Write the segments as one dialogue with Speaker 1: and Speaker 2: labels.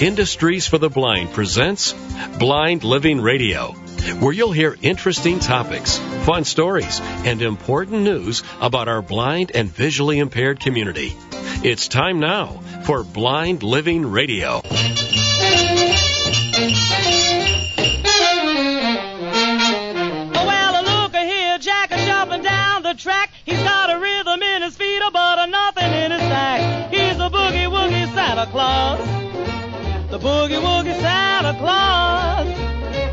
Speaker 1: Industries for the Blind presents Blind Living Radio, where you'll hear interesting topics, fun stories, and important news about our blind and visually impaired community. It's time now for Blind Living Radio.
Speaker 2: Well, look here, Jack is jumping down the track. He's got a rhythm in his feet, but a nothing in his sack. He's a boogie woogie Santa Claus. The boogie woogie Santa Claus.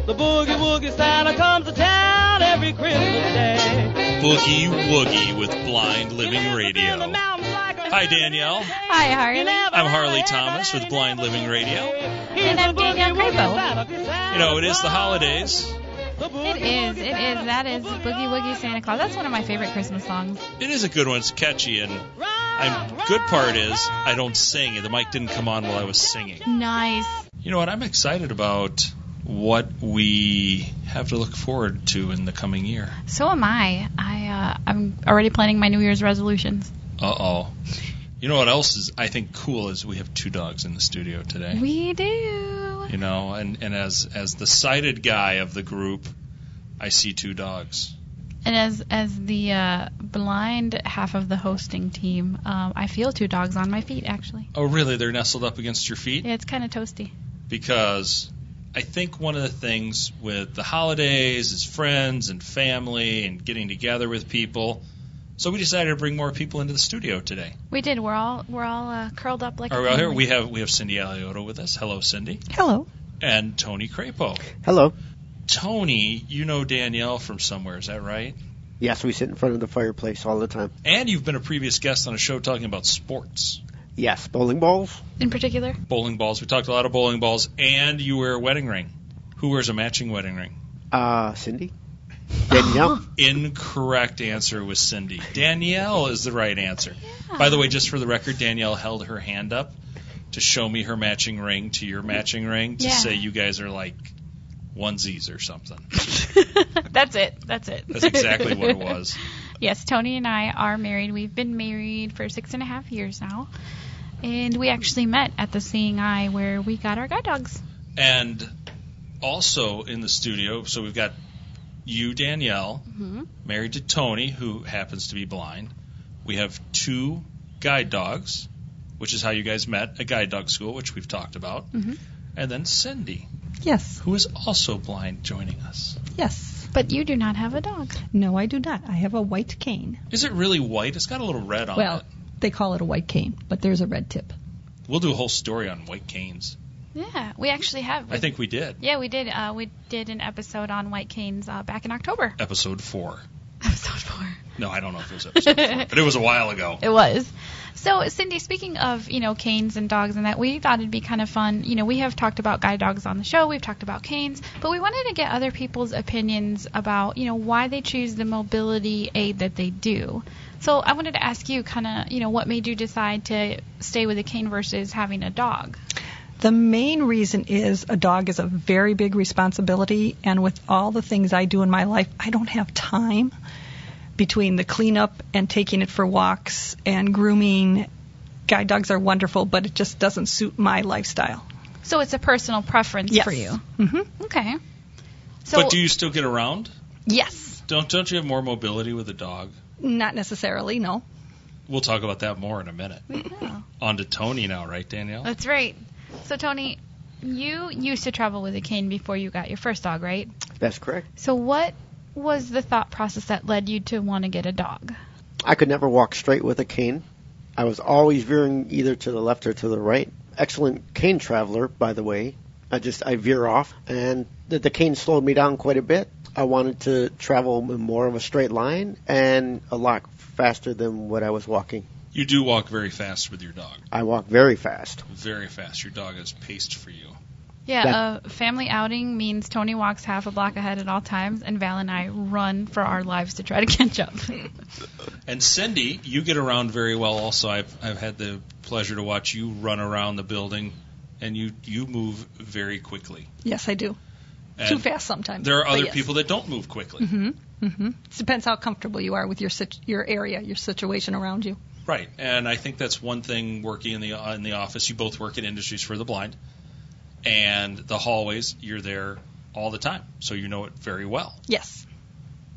Speaker 2: The boogie woogie Santa comes to town every Christmas day.
Speaker 3: Boogie Woogie with Blind Living Radio. Hi,
Speaker 2: Hi,
Speaker 3: Danielle.
Speaker 4: Hi, Harley.
Speaker 3: I'm Harley Thomas with Blind Living Radio.
Speaker 4: And I'm Danielle Crapo.
Speaker 3: You know, it is the holidays.
Speaker 4: It is. It is. That is Boogie Woogie Santa Claus. That's one of my favorite Christmas songs.
Speaker 3: It is a good one. It's catchy, and I'm good part is I don't sing, and the mic didn't come on while I was singing.
Speaker 4: Nice.
Speaker 3: You know what? I'm excited about what we have to look forward to in the coming year.
Speaker 4: So am I. I uh, I'm already planning my New Year's resolutions.
Speaker 3: Uh oh. You know what else is I think cool is we have two dogs in the studio today.
Speaker 4: We do.
Speaker 3: You know, and and as as the sighted guy of the group, I see two dogs.
Speaker 4: And as as the uh, blind half of the hosting team, um, I feel two dogs on my feet actually.
Speaker 3: Oh, really? They're nestled up against your feet?
Speaker 4: Yeah, it's kind of toasty.
Speaker 3: Because I think one of the things with the holidays is friends and family and getting together with people. So we decided to bring more people into the studio today.
Speaker 4: We did. We're all we're all uh, curled up like.
Speaker 3: All
Speaker 4: a
Speaker 3: right, well, here
Speaker 4: family.
Speaker 3: we have we have Cindy Alioto with us. Hello, Cindy.
Speaker 5: Hello.
Speaker 3: And Tony Crapo.
Speaker 5: Hello.
Speaker 3: Tony, you know Danielle from somewhere, is that right?
Speaker 5: Yes, we sit in front of the fireplace all the time.
Speaker 3: And you've been a previous guest on a show talking about sports.
Speaker 5: Yes, bowling balls.
Speaker 4: in particular.
Speaker 3: Bowling balls. We talked a lot of bowling balls and you wear a wedding ring. Who wears a matching wedding ring?
Speaker 5: Uh, Cindy. Danielle.
Speaker 3: Incorrect answer was Cindy. Danielle is the right answer. By the way, just for the record, Danielle held her hand up to show me her matching ring to your matching ring to
Speaker 4: Yeah.
Speaker 3: say you guys are like onesies or something.
Speaker 4: That's it. That's it.
Speaker 3: That's exactly what it was.
Speaker 4: Yes, Tony and I are married. We've been married for six and a half years now. And we actually met at the Seeing Eye where we got our guide dogs.
Speaker 3: And also in the studio, so we've got you, Danielle,
Speaker 4: Mm-hmm.
Speaker 3: married to Tony, who happens to be blind. We have two guide dogs, which is how you guys met, a guide dog school, which we've talked about.
Speaker 4: Mm-hmm.
Speaker 3: And then Cindy,
Speaker 6: Yes,
Speaker 3: who is also blind, joining us.
Speaker 6: yes.
Speaker 4: But you do not have a dog.
Speaker 6: No, I do not. I have a white cane.
Speaker 3: Is it really white? It's got a little red on
Speaker 6: Well,
Speaker 3: it.
Speaker 6: they call it a white cane, but there's a red tip.
Speaker 3: We'll do a whole story on white canes.
Speaker 4: Yeah, we actually have.
Speaker 3: I think we did.
Speaker 4: Yeah, we did. Uh, we did an episode on white canes uh, back in October.
Speaker 3: Episode four.
Speaker 4: Episode four.
Speaker 3: No, I don't know if it was episode four, but it was a while ago.
Speaker 4: It was. So, Cindy, speaking of, you know, canes and dogs and that, we thought it'd be kind of fun. You know, we have talked about guide dogs on the show, we've talked about canes, but we wanted to get other people's opinions about, you know, why they choose the mobility aid that they do. So, I wanted to ask you kind of, you know, what made you decide to stay with a cane versus having a dog?
Speaker 6: The main reason is a dog is a very big responsibility, and with all the things I do in my life, I don't have time between the cleanup and taking it for walks and grooming. Guide dogs are wonderful, but it just doesn't suit my lifestyle.
Speaker 4: So, it's a personal preference
Speaker 6: Yes.
Speaker 4: for you.
Speaker 6: hmm
Speaker 4: Okay. So,
Speaker 3: but do you still get around?
Speaker 6: Yes.
Speaker 3: Don't don't you have more mobility with a dog?
Speaker 6: Not necessarily, no.
Speaker 3: We'll talk about that more in a minute. On to Tony now, right, Danielle?
Speaker 4: that's right. So, Tony, you used to travel with a cane before you got your first dog, right?
Speaker 5: That's correct.
Speaker 4: So what was the thought process that led you to want to get a dog?
Speaker 5: I could never walk straight with a cane. I was always veering either to the left or to the right. Excellent cane traveler, by the way. I just I veer off, and the, the cane slowed me down quite a bit. I wanted to travel in more of a straight line and a lot faster than what I was walking.
Speaker 3: You do walk very fast with your dog.
Speaker 5: I walk very fast.
Speaker 3: Very fast. Your dog is paced for you.
Speaker 4: Yeah, a family outing means Tony walks half a block ahead at all times, and Val and I run for our lives to try to catch up.
Speaker 3: And Cindy, you get around very well also. I've I've had the pleasure to watch you run around the building and you you move very quickly.
Speaker 6: Yes, I do.
Speaker 3: And
Speaker 6: Too fast sometimes.
Speaker 3: There are
Speaker 6: but
Speaker 3: other
Speaker 6: yes.
Speaker 3: people that don't move quickly.
Speaker 6: hmm It depends how comfortable you are with your sit- your area, your situation around you.
Speaker 3: Right, and I think that's one thing working in the in the office. You both work in industries for the blind. And the hallways, you're there all the time, so you know it very well.
Speaker 6: Yes.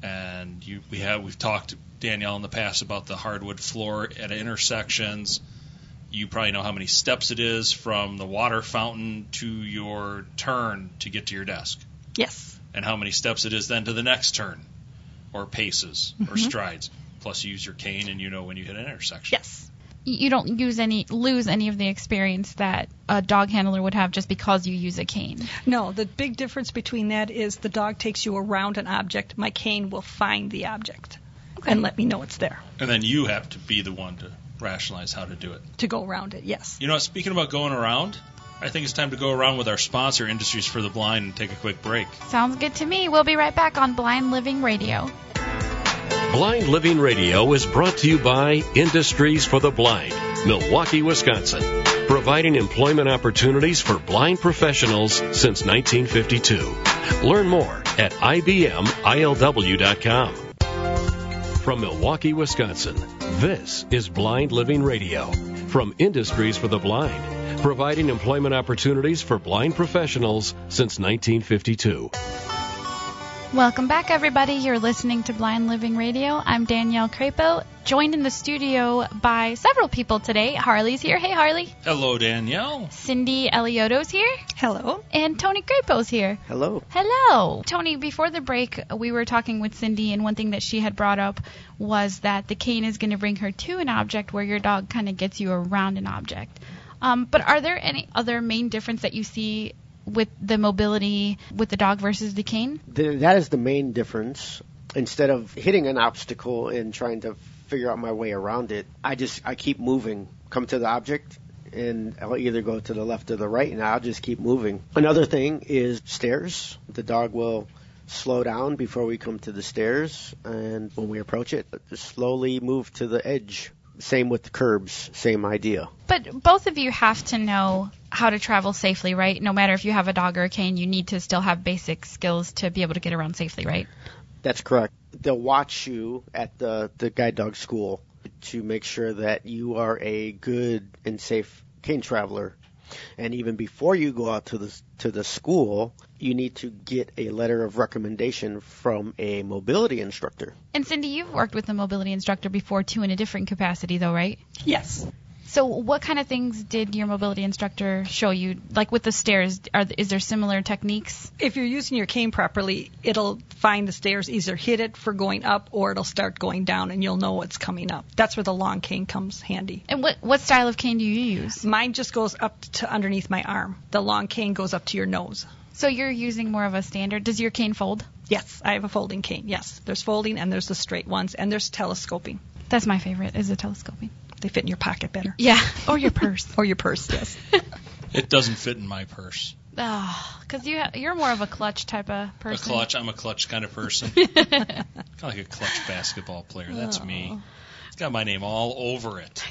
Speaker 3: And you, we have we've talked Danielle in the past about the hardwood floor at intersections. You probably know how many steps it is from the water fountain to your turn to get to your desk,
Speaker 6: Yes.
Speaker 3: and how many steps it is then to the next turn, or paces, or strides. Plus, you use your cane, and you know when you hit an intersection.
Speaker 6: Yes.
Speaker 4: you don't use any lose any of the experience that a dog handler would have just because you use a cane.
Speaker 6: No, the big difference between that is the dog takes you around an object. My cane will find the object and let me know it's there
Speaker 3: And then you have to be the one to rationalize how to do it.
Speaker 6: to go around it. Yes.
Speaker 3: You know, speaking about going around, I think it's time to go around with our sponsor, Industries for the Blind, and take a quick break.
Speaker 4: Sounds good to me. We'll be right back on Blind Living Radio.
Speaker 1: Blind Living Radio is brought to you by Industries for the Blind, Milwaukee, Wisconsin, providing employment opportunities for blind professionals since 1952. Learn more at ibmilw.com. From Milwaukee, Wisconsin, this is Blind Living Radio from Industries for the Blind, providing employment opportunities for blind professionals since 1952.
Speaker 4: Welcome back, everybody. You're listening to Blind Living Radio. I'm Danielle Crapo, joined in the studio by several people today. Harley's here. Hey, Harley.
Speaker 3: Hello, Danielle.
Speaker 4: Cindy Eliotto's here,
Speaker 6: Hello.
Speaker 4: and Tony Crapo's here.
Speaker 5: Hello.
Speaker 4: Hello. Tony, before the break, we were talking with Cindy, and one thing that she had brought up was that the cane is going to bring her to an object where your dog kind of gets you around an object. Um, but are there any other main difference that you see with the mobility with the dog versus the cane?
Speaker 5: Th that is the main difference. Instead of hitting an obstacle and trying to figure out my way around it, I just I keep moving. Come to the object, and I'll either go to the left or the right, and I'll just keep moving. Another thing is stairs. The dog will slow down before we come to the stairs, and when we approach it, slowly move to the edge. Same with the curbs. Same idea.
Speaker 4: But both of you have to know how to travel safely, right? No matter if you have a dog or a cane, you need to still have basic skills to be able to get around safely, right?
Speaker 5: That's correct. They'll watch you at the, the guide dog school to make sure that you are a good and safe cane traveler. And even before you go out to the to the school, you need to get a letter of recommendation from a mobility instructor.
Speaker 4: And Cindy, you've worked with a mobility instructor before too in a different capacity, though, right?
Speaker 6: Yes.
Speaker 4: So, what kind of things did your mobility instructor show you? Like with the stairs, are is there similar techniques?
Speaker 6: If you're using your cane properly, it'll find the stairs, either hit it for going up or it'll start going down and you'll know what's coming up. That's where the long cane comes handy.
Speaker 4: And what what style of cane do you use?
Speaker 6: Mine just goes up to underneath my arm. The long cane goes up to your nose.
Speaker 4: So you're using more of a standard. Does your cane fold?
Speaker 6: Yes, I have a folding cane. Yes, there's folding and there's the straight ones and there's telescoping.
Speaker 4: That's my favorite. Is the telescoping.
Speaker 6: They fit in your pocket better.
Speaker 4: Yeah, or your purse.
Speaker 6: Or your purse, yes.
Speaker 3: It doesn't fit in my purse.
Speaker 4: Oh, because you ha- you're more of a clutch type of person.
Speaker 3: A clutch. I'm a clutch kind of person. kind of like a clutch basketball player. That's me. It's got my name all over it.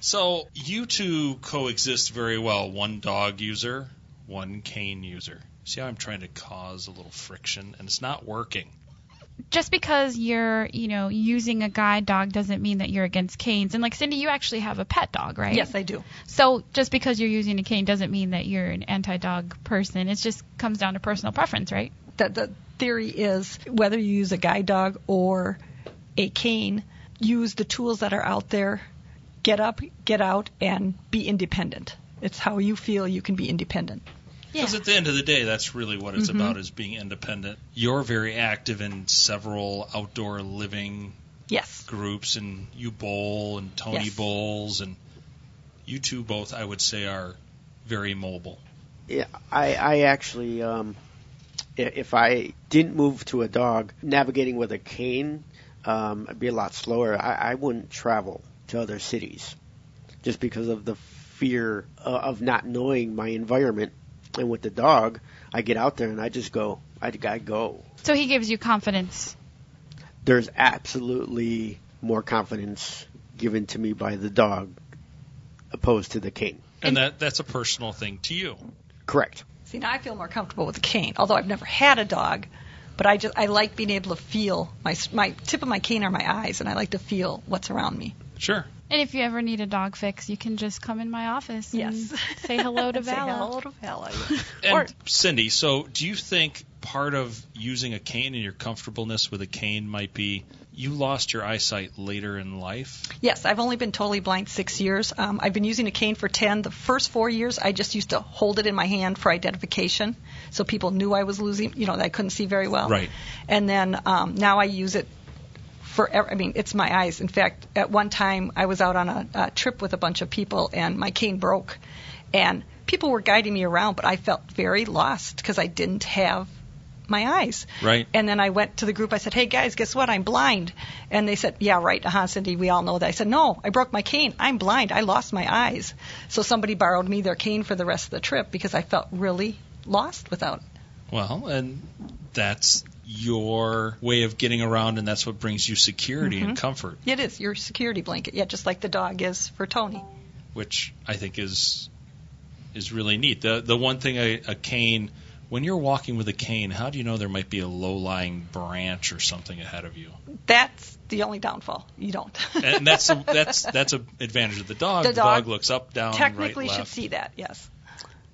Speaker 3: So you two coexist very well. One dog user, one cane user. See how I'm trying to cause a little friction, and it's not working.
Speaker 4: Just because you're you know using a guide dog doesn't mean that you're against canes. And like Cindy, you actually have a pet dog, right?
Speaker 6: yes, I do.
Speaker 4: So just because you're using a cane doesn't mean that you're an anti-dog person. It just comes down to personal preference, right?
Speaker 6: The, the theory is whether you use a guide dog or a cane, use the tools that are out there, get up, get out, and be independent. It's how you feel you can be independent.
Speaker 3: Because at the end of the day, that's really what it's about is being independent. You're very active in several outdoor living
Speaker 6: Yes.
Speaker 3: groups, and you bowl and Tony
Speaker 6: Yes.
Speaker 3: bowls, and you two both, I would say, are very mobile.
Speaker 5: Yeah, I I actually um, i- if I didn't move to a dog, navigating with a cane, um, I'd be a lot slower. I, I wouldn't travel to other cities just because of the fear uh, of not knowing my environment. And with the dog, I get out there and I just go. I I go.
Speaker 4: So he gives you confidence.
Speaker 5: There's absolutely more confidence given to me by the dog opposed to the cane.
Speaker 3: And that that's a personal thing to you.
Speaker 5: Correct.
Speaker 6: See, now I feel more comfortable with a cane, although I've never had a dog. But I just I like being able to feel my my tip of my cane are my eyes, and I like to feel what's around me.
Speaker 3: Sure.
Speaker 4: And if you ever need a dog fix, you can just come in my office and
Speaker 6: Yes.
Speaker 4: say hello to
Speaker 6: Mm. Say
Speaker 4: Vala.
Speaker 6: hello to Vala.
Speaker 3: And
Speaker 6: Or-
Speaker 3: Cindy, so do you think part of using a cane and your comfortableness with a cane might be you lost your eyesight later in life?
Speaker 6: Yes, I've only been totally blind six years. Um, I've been using a cane for 10. The first four years, I just used to hold it in my hand for identification, so people knew I was losing, you know, that I couldn't see very well.
Speaker 3: Right.
Speaker 6: And then um, now I use it for, ev- I mean, it's my eyes. In fact, at one time, I was out on a, a trip with a bunch of people, and my cane broke, and people were guiding me around, but I felt very lost because I didn't have my eyes.
Speaker 3: Right.
Speaker 6: And then I went to the group. I said, "Hey guys, guess what? I'm blind." And they said, "Yeah, right, uh-huh, Cindy. We all know that." I said, "No, I broke my cane. I'm blind. I lost my eyes." So somebody borrowed me their cane for the rest of the trip because I felt really lost without. it.
Speaker 3: Well, and that's your way of getting around, and that's what brings you security and comfort,
Speaker 6: It is your security blanket, yeah, just like the dog is for Tony.
Speaker 3: which I think is is really neat. The the one thing a, a cane when you're walking with a cane, how do you know there might be a low lying branch or something ahead of you?
Speaker 6: That's the only downfall. You don't.
Speaker 3: And that's a, that's that's an advantage of the dog.
Speaker 6: The dog
Speaker 3: looks up, down, right,
Speaker 6: technically
Speaker 3: left.
Speaker 6: should see that. Yes.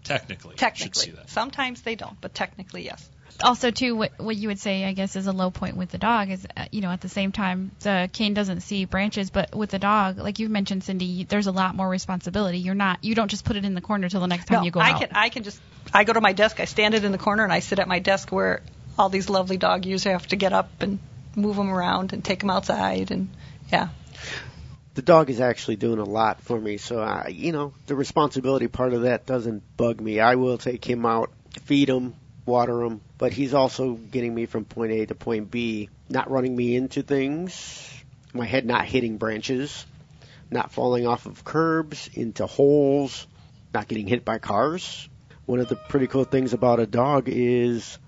Speaker 3: Technically, should
Speaker 6: Technically.
Speaker 3: see that.
Speaker 6: Sometimes they don't, but technically yes.
Speaker 4: also too what, what you would say i guess is a low point with the dog is uh, you know at the same time the cane doesn't see branches but with the dog like you mentioned cindy there's a lot more responsibility you're not you don't just put it in the corner till the next time
Speaker 6: no,
Speaker 4: you go
Speaker 6: I
Speaker 4: out
Speaker 6: can I can just I go to my desk, I stand it in the corner, and I sit at my desk where all these lovely dog users have to get up and move them around and take them outside and yeah.
Speaker 5: the dog is actually doing a lot for me. So I, you know, the responsibility part of that doesn't bug me. I will take him out, feed him, water him, but he's also getting me from point A to point B, not running me into things, my head not hitting branches, not falling off of curbs into holes, not getting hit by cars. One of the pretty cool things about a dog is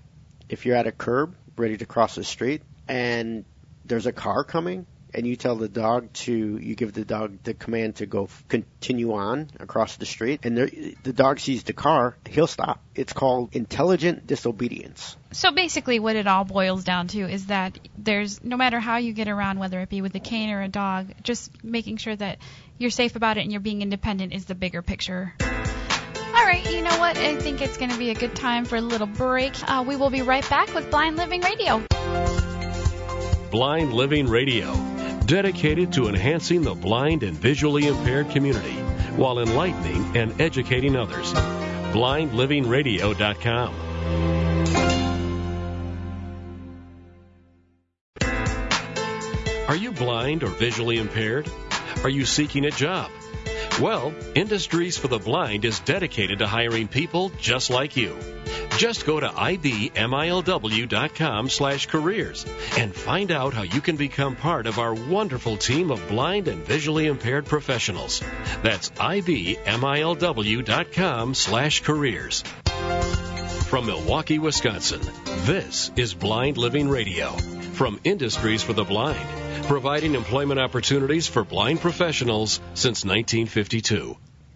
Speaker 5: if you're at a curb ready to cross the street and there's a car coming and you tell the dog to you give the dog the command to go f- continue on across the street and there, the dog sees the car he'll stop it's called intelligent disobedience
Speaker 4: so basically what it all boils down to is that there's no matter how you get around whether it be with a cane or a dog just making sure that you're safe about it and you're being independent is the bigger picture all right you know what i think it's going to be a good time for a little break uh, we will be right back with blind living radio
Speaker 1: Blind Living Radio, dedicated to enhancing the blind and visually impaired community while enlightening and educating others. BlindLivingRadio.com. Are you blind or visually impaired? Are you seeking a job? Well, Industries for the Blind is dedicated to hiring people just like you. Just go to ibmilw.com slash careers and find out how you can become part of our wonderful team of blind and visually impaired professionals. That's ibmilw.com slash careers. From Milwaukee, Wisconsin, this is Blind Living Radio from Industries for the Blind, providing employment opportunities for blind professionals since 1952.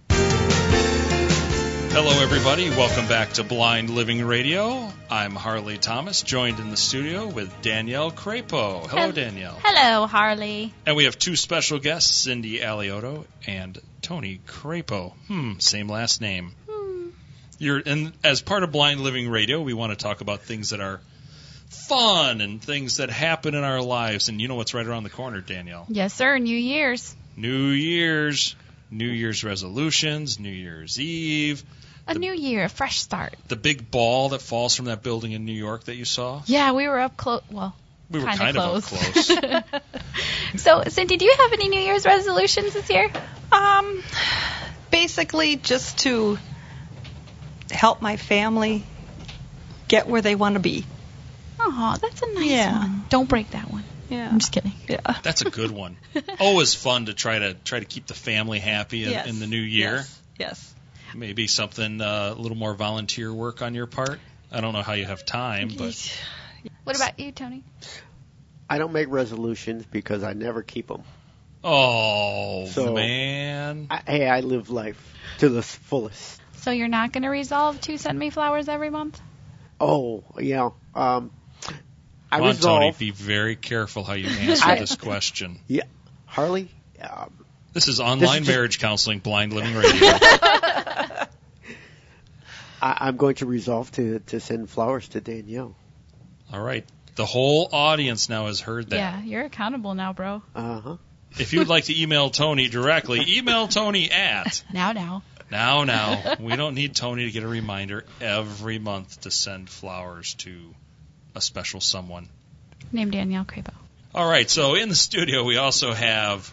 Speaker 3: Hello, everybody. Welcome back to Blind Living Radio. I'm Harley Thomas, joined in the studio with Danielle Crapo. Hello,
Speaker 4: Hel-
Speaker 3: Danielle.
Speaker 4: hello harley
Speaker 3: And we have two special guests, Cindy Alioto and Tony Crapo. Hmm, same last name.
Speaker 4: Hmm.
Speaker 3: You're and as part of Blind Living Radio, we want to talk about things that are fun and things that happen in our lives. And you know what's right around the corner, Danielle.
Speaker 4: Yes, sir. New Year's.
Speaker 3: New Year's, New Year's resolutions, New Year's Eve,
Speaker 4: A new year, a fresh start.
Speaker 3: the big ball that falls from that building in New York that you saw.
Speaker 4: Yeah, we were up close. Well,
Speaker 3: We were
Speaker 4: Kinda
Speaker 3: kind of up
Speaker 4: close.
Speaker 3: close.
Speaker 4: so Cindy, do you have any New Year's resolutions this year?
Speaker 6: Um, basically, just to help my family get where they want to be.
Speaker 4: Oh, that's a nice
Speaker 6: Yeah.
Speaker 4: one. Don't break that one.
Speaker 6: Yeah.
Speaker 4: I'm just kidding.
Speaker 6: yeah.
Speaker 3: That's a good one. Always fun to try to try to keep the family happy in,
Speaker 6: Yes.
Speaker 3: in the new year.
Speaker 6: Yes. yes.
Speaker 3: Maybe something uh, a little more volunteer work on your part. I don't know how you have time, but
Speaker 4: What about you, Tony?
Speaker 5: i don't make resolutions because i never keep them
Speaker 3: oh
Speaker 5: So-
Speaker 3: man,
Speaker 5: I, hey i live life to the fullest
Speaker 4: So you're not going to resolve to send me flowers every month?
Speaker 5: oh yeah um i
Speaker 3: Come on,
Speaker 5: resolve
Speaker 3: Tony, be very careful how you answer
Speaker 5: I-
Speaker 3: this question.
Speaker 5: Yeah, Harley. Um,
Speaker 3: This is online
Speaker 5: just-
Speaker 3: marriage counseling, blind living radio.
Speaker 5: I, I'm going to resolve to, to send flowers to Danielle.
Speaker 3: All right. The whole audience now has heard that.
Speaker 4: Yeah, you're accountable now, bro.
Speaker 5: Uh huh.
Speaker 3: If you would like to email Tony directly, email Tony at.
Speaker 4: Now, now.
Speaker 3: Now, now. We don't need Tony to get a reminder every month to send flowers to a special someone.
Speaker 4: Name Danielle Crapo.
Speaker 3: All right. So in the studio, we also have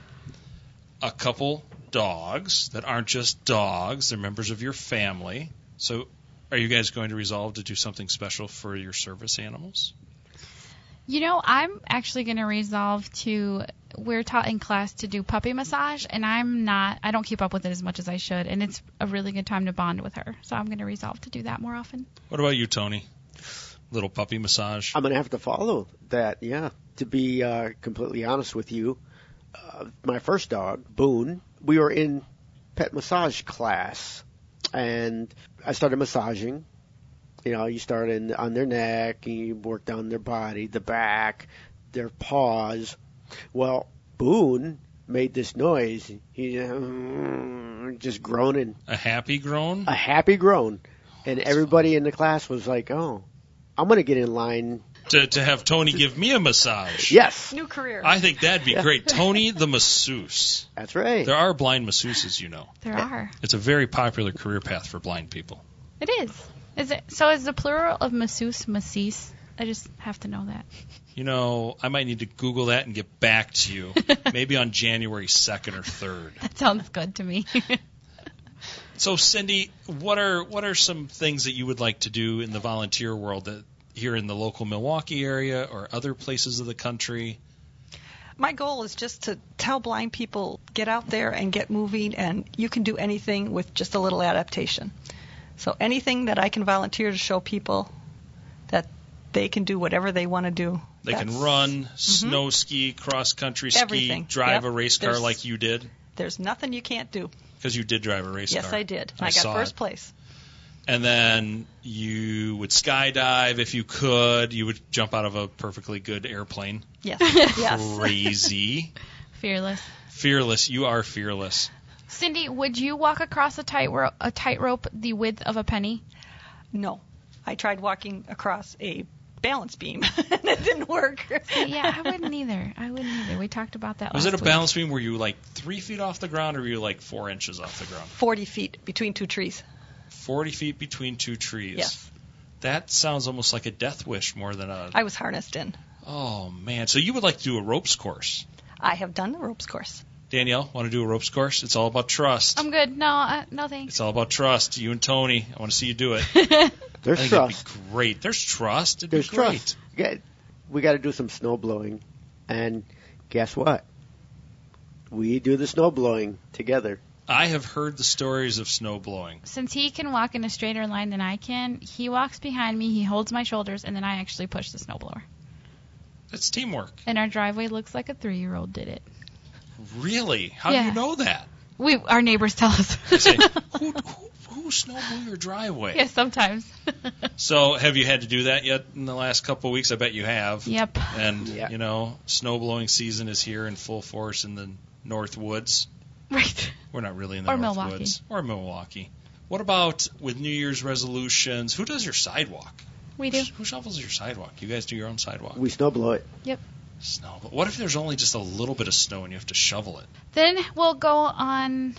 Speaker 3: a couple dogs that aren't just dogs, they're members of your family. So are you guys going to resolve to do something special for your service animals?
Speaker 4: You know, I'm actually going to resolve to. We're taught in class to do puppy massage, and I'm not. I don't keep up with it as much as I should, and it's a really good time to bond with her. So I'm going to resolve to do that more often.
Speaker 3: What about you, Tony? Little puppy massage.
Speaker 5: I'm gonna have to follow that. Yeah. To be uh, completely honest with you, uh, my first dog Boone, we were in pet massage class, and I started massaging. You know, you start in, on their neck, and you work down their body, the back, their paws. Well, Boone made this noise. He uh, just groaning
Speaker 3: A happy groan?
Speaker 5: a happy groan, and everybody in the class was like, "Oh, I'm gonna get in line."
Speaker 3: to, to have Tony give me a massage.
Speaker 5: Yes,
Speaker 6: New career.
Speaker 3: I think that'd be great. Tony the masseuse.
Speaker 5: that's right.
Speaker 3: There are blind masseuses, you know.
Speaker 4: There are.
Speaker 3: It's a very popular career path for blind people.
Speaker 4: It is. Is it? So is the plural of masseuse masseuse? I just have to know that.
Speaker 3: You know, I might need to Google that and get back to you. Maybe on January 2nd or 3rd.
Speaker 4: That sounds good to me.
Speaker 3: So Cindy, what are what are some things that you would like to do in the volunteer world that here in the local Milwaukee area or other places of the country?
Speaker 6: My goal is just to tell blind people get out there and get moving, and you can do anything with just a little adaptation. So anything that I can volunteer to show people that they can do whatever they want to do.
Speaker 3: They can
Speaker 6: that's- Mm-hmm.
Speaker 3: run, snow ski, cross country ski,
Speaker 6: Everything.
Speaker 3: drive
Speaker 6: Yep.
Speaker 3: a race car
Speaker 6: There's-
Speaker 3: like you did
Speaker 6: There's nothing you can't do.
Speaker 3: because you did drive a race
Speaker 6: Yes,
Speaker 3: car.
Speaker 6: I did. And
Speaker 3: I
Speaker 6: I, got
Speaker 3: saw
Speaker 6: first
Speaker 3: it.
Speaker 6: place.
Speaker 3: And then you would skydive if you could. You would jump out of a perfectly good airplane.
Speaker 6: Yes. yes.
Speaker 3: Crazy.
Speaker 4: Fearless.
Speaker 3: fearless. You are fearless.
Speaker 4: Cindy, would you walk across a tightrope, a tightrope the width of a penny?
Speaker 6: No. I tried walking across a balance beam, and it didn't work.
Speaker 4: Yeah, I wouldn't e- either. I wouldn't either. We talked about that.
Speaker 3: Was
Speaker 4: last
Speaker 3: it a
Speaker 4: week.
Speaker 3: balance beam? Were you like three feet off the ground or were you like four inches off the ground?
Speaker 6: 40 feet between two trees.
Speaker 3: 40 feet between two trees.
Speaker 6: Yes.
Speaker 3: That sounds almost like a death wish more than a.
Speaker 6: I was harnessed in.
Speaker 3: oh, man. So you would like to do a ropes course.
Speaker 6: I have done the ropes course.
Speaker 3: Danielle, want to do a ropes course? It's all about trust.
Speaker 4: I'm good. No, uh, no thanks.
Speaker 3: it's all about trust. You and Tony, I want to see you do it. I
Speaker 5: There's
Speaker 3: think
Speaker 5: trust.
Speaker 3: It'd be great. There's trust. It'd
Speaker 5: There's
Speaker 3: be great.
Speaker 5: trust. Yeah, we got to do some snow blowing, and guess what? We do the snow blowing together.
Speaker 3: I have heard the stories of snow blowing.
Speaker 4: Since he can walk in a straighter line than I can, he walks behind me, he holds my shoulders, and then I actually push the snowblower.
Speaker 3: That's teamwork.
Speaker 4: And our driveway looks like a three-year-old did it.
Speaker 3: Really? How do
Speaker 4: Yeah.
Speaker 3: you know that?
Speaker 4: We, our neighbors tell us.
Speaker 3: I say, who, who, who snow blew your driveway?
Speaker 4: yeah, sometimes.
Speaker 3: So, have you had to do that yet in the last couple of weeks? I bet you have.
Speaker 4: yep.
Speaker 3: And
Speaker 5: Yeah.
Speaker 3: you know, snow blowing season is here in full force in the North Woods.
Speaker 4: Right.
Speaker 3: We're not really in the
Speaker 4: Or
Speaker 3: North
Speaker 4: Milwaukee.
Speaker 3: Woods or Milwaukee. What about with New Year's resolutions? Who does your sidewalk?
Speaker 4: We do.
Speaker 3: Who shovels your sidewalk? You guys do your own sidewalk.
Speaker 5: We snow blow it.
Speaker 3: Snow. But what if there's only just a little bit of snow and you have to shovel it?
Speaker 4: Then we'll go on,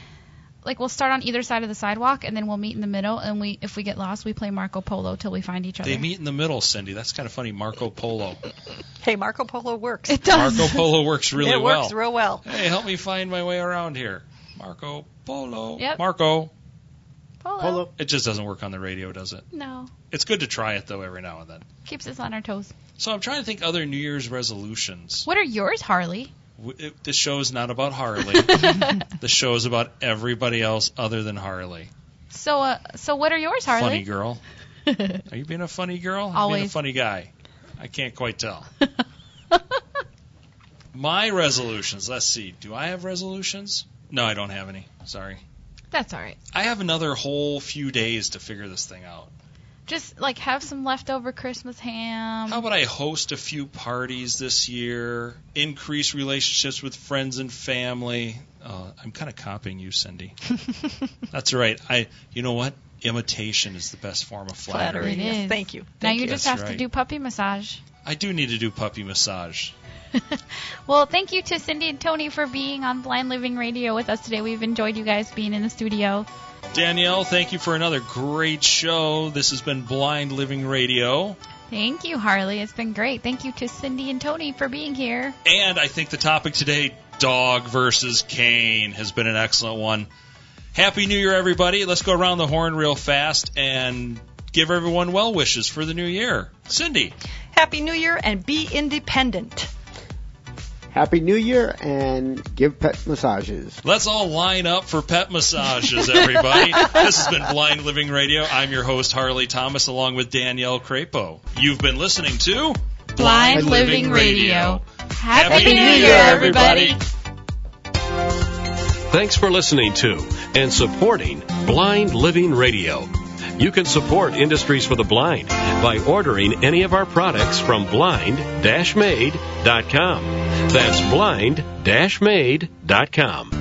Speaker 4: like we'll start on either side of the sidewalk, and then we'll meet in the middle. And we, if we get lost, we play Marco Polo till we find each other.
Speaker 3: They meet in the middle, Cindy. That's kind of funny. Marco Polo.
Speaker 6: Hey, Marco Polo works.
Speaker 4: It does.
Speaker 3: Marco Polo works really
Speaker 6: it
Speaker 3: well.
Speaker 6: works real well.
Speaker 3: hey, help me find my way around here. Marco Polo.
Speaker 4: Yep.
Speaker 3: Marco.
Speaker 4: Polo.
Speaker 5: Polo.
Speaker 3: It just doesn't work on the radio, does it?
Speaker 4: No,
Speaker 3: It's good to try it though every now and then.
Speaker 4: keeps us on our toes.
Speaker 3: So I'm trying to think other New Year's resolutions.
Speaker 4: What are yours, Harley?
Speaker 3: W- it- This show is not about Harley. the show is about everybody else other than Harley.
Speaker 4: So, uh, so what are yours,
Speaker 3: Funny
Speaker 4: Harley?
Speaker 3: girl. Are you being a funny girl? I'm Being a
Speaker 4: Always.
Speaker 3: funny guy. I can't quite tell. My resolutions. Let's see. Do I have resolutions? No, I don't have any. Sorry.
Speaker 4: That's all right.
Speaker 3: I have another whole few days to figure this thing out.
Speaker 4: Just like have some leftover Christmas ham.
Speaker 3: How about I host a few parties this year? Increase relationships with friends and family. Uh, I'm kind of copying you, Cindy. That's all right. I, you know what? Imitation is the best form of flattery.
Speaker 4: It is.
Speaker 6: Thank you.
Speaker 4: now
Speaker 6: Thank
Speaker 4: you
Speaker 6: you.
Speaker 4: just
Speaker 3: That's
Speaker 4: have to
Speaker 3: right.
Speaker 4: do puppy massage.
Speaker 3: I do need to do puppy massage.
Speaker 4: Well, thank you to Cindy and Tony for being on Blind Living Radio with us today. We've enjoyed you guys being in the studio.
Speaker 3: Danielle, thank you for another great show. This has been Blind Living Radio.
Speaker 4: Thank you, Harley. It's been great. Thank you to Cindy and Tony for being here.
Speaker 3: And I think the topic today, dog versus cane, has been an excellent one. Happy New Year, everybody. Let's go around the horn real fast and give everyone well wishes for the new year. Cindy.
Speaker 6: Happy New Year and be independent.
Speaker 5: Happy New Year and give pet massages.
Speaker 3: Let's all line up for pet massages, everybody. this has been Blind Living Radio. I'm your host, Harley Thomas, along with Danielle Crapo. You've been listening to
Speaker 4: Blind Living Radio. Happy, New Year, everybody.
Speaker 1: Thanks for listening to and supporting Blind Living Radio. You can support Industries for the Blind by ordering any of our products from blind-made.com. That's blind-made.com.